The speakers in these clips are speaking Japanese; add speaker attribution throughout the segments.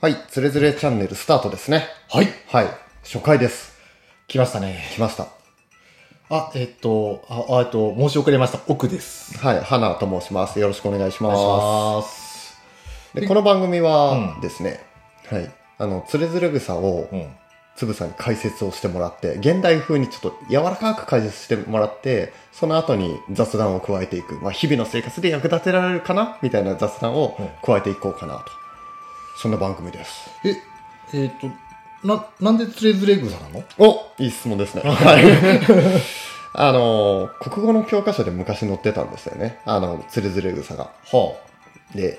Speaker 1: はい、つれづれチャンネルスタートですね。
Speaker 2: はい。
Speaker 1: はい、初回です。
Speaker 2: 来ましたね。
Speaker 1: 来ました。
Speaker 2: あ、えっと、あ、あえっと、申し遅れました。奥です。
Speaker 1: はい、花と申します。よろしくお願いし
Speaker 2: お願いし
Speaker 1: ま
Speaker 2: ます。
Speaker 1: す。でこの番組は
Speaker 2: うん
Speaker 1: ですね、はい、あの、つれづれ草を
Speaker 2: うん。
Speaker 1: つぶさんに解説をしてもらって、現代風にちょっと柔らかく解説してもらって、その後に雑談を加えていく。まあ、日々の生活で役立てられるかなみたいな雑談を加えていこうかなと。そんな番組です。
Speaker 2: え、えっと、な、なんでつれづれ草なの
Speaker 1: おいい質問 ですね。はい。 あの、国語の教科書で昔載ってたんですよね。あの、つれづれ草が。
Speaker 2: は
Speaker 1: で、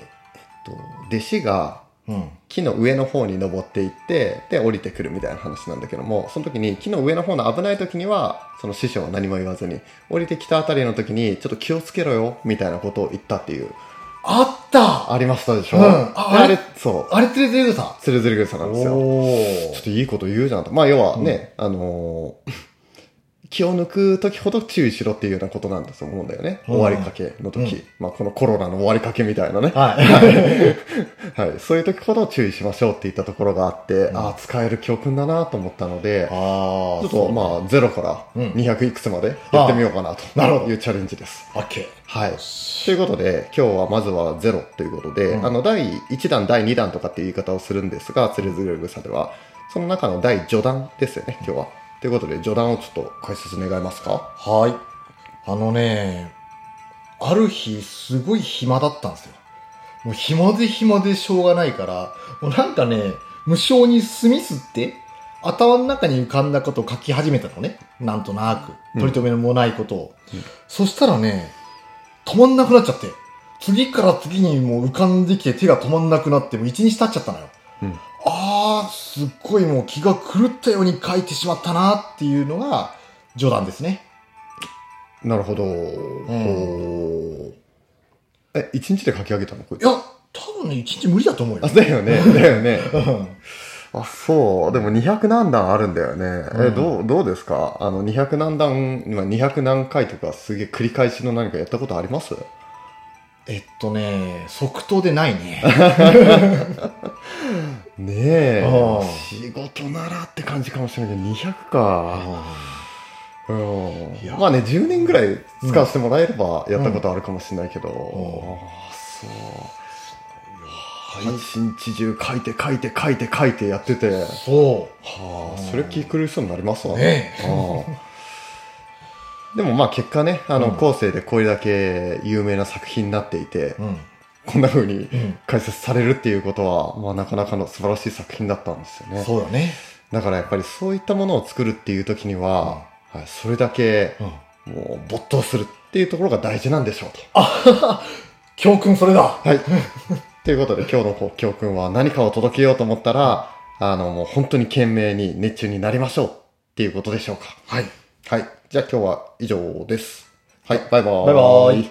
Speaker 1: えっと、弟子が
Speaker 2: あ。うん。
Speaker 1: 木の上の方に登っていって、で、降りてくるみたいな話なんだけども、その時に木の上の方の危ない時には、その師匠は何も言わずに、降りてきたあたりの時に、ちょっと気をつけろよ、みたいなことを言ったっていう、
Speaker 2: あった
Speaker 1: ありましたでしょ、
Speaker 2: うん
Speaker 1: あ
Speaker 2: あ
Speaker 1: れ
Speaker 2: れ
Speaker 1: そう、
Speaker 2: あれつれづれ草
Speaker 1: つれづれ草なんですよ。ち
Speaker 2: お
Speaker 1: ょっ
Speaker 2: ー。
Speaker 1: といいこと言うじゃんと。まあ、要はね、あのー気を抜く時ほど注意しろっていうようなことなんだと思うんだよね。
Speaker 2: うん
Speaker 1: 終わりかけの時。
Speaker 2: うん
Speaker 1: まあ、このコロナの終わりかけみたいなね。
Speaker 2: はい。
Speaker 1: はい。そういう時ほど注意しましょうって言ったところがあって、
Speaker 2: ん
Speaker 1: ああ、使える教訓だなと思ったので、
Speaker 2: あ
Speaker 1: ちょっと
Speaker 2: あ。
Speaker 1: まあ、ゼロから
Speaker 2: うん
Speaker 1: 200いくつまでやってみようかなと、
Speaker 2: なるほど
Speaker 1: いうチャレンジです。
Speaker 2: オッケー。
Speaker 1: はい
Speaker 2: よ。し
Speaker 1: ということで、今日はまずはゼロということで、
Speaker 2: うん
Speaker 1: あの、第1弾、第2弾とかっていう言い方をするんですが、つれづれ草では、その中の第序弾ですよね、今日は。ということで、序弾をちょっと解説願いますか
Speaker 2: はい。あのね、ある日、すごい暇だったんですよ。もう暇で暇でしょうがないから、もうなんかね、無性にスミスって、頭の中に浮かんだことを書き始めたのね。なんとなく。
Speaker 1: うん
Speaker 2: 取り留めもないことを。
Speaker 1: うん
Speaker 2: そしたらね、止まんなくなっちゃって。次から次にもう浮かんできて手が止まんなくなって、もう一日経っちゃったのよ。
Speaker 1: うん
Speaker 2: あー、すっごいもう気が狂ったように書いてしまったなっていうのが、冗談ですね。
Speaker 1: なるほど。ほうえ、1日で書き上げたのこれ
Speaker 2: いや、多分ね、一日無理だと思うよ
Speaker 1: あ、。だよ ね、だよね。
Speaker 2: うん
Speaker 1: あ、そう。でも200何段あるんだよね。え、
Speaker 2: うん
Speaker 1: どう、どうですかあの、200何段、今200何回とかすげえ繰り返しの何かやったことあります
Speaker 2: えっとね、即答でないね。
Speaker 1: ねえ
Speaker 2: ああ
Speaker 1: 仕事ならって感じかもしれないけど200か、うん
Speaker 2: いや
Speaker 1: まあね10年ぐらい使わせてもらえればやったことあるかもしれないけど、
Speaker 2: ん
Speaker 1: ああそう配信日中書いて書いて書いて書いてやってては
Speaker 2: そ
Speaker 1: あ
Speaker 2: うん
Speaker 1: それ聞く人になります
Speaker 2: う。
Speaker 1: わ
Speaker 2: ね
Speaker 1: ああでもまあ結果ねあの、
Speaker 2: うん
Speaker 1: 後世でこれだけ有名な作品になっていて、
Speaker 2: うん。
Speaker 1: こんな風に
Speaker 2: うん。
Speaker 1: 解説されるっていうことは、まあ、なかなかの素晴らしい作品だったんですよね
Speaker 2: そうだね。
Speaker 1: だからやっぱりそういったものを作るっていう時には、はい、それだけ
Speaker 2: うん。
Speaker 1: もう没頭するっていうところが大事なんでしょうと。
Speaker 2: 教訓それだ。
Speaker 1: はい。 ということで今日のこう教訓は何かを届けようと思ったら、あのもう本当に懸命に熱中になりましょうっていうことでしょうか。
Speaker 2: はい。
Speaker 1: はい。じゃあ今日は以上です。はい、バイバーイ。
Speaker 2: バイバーイ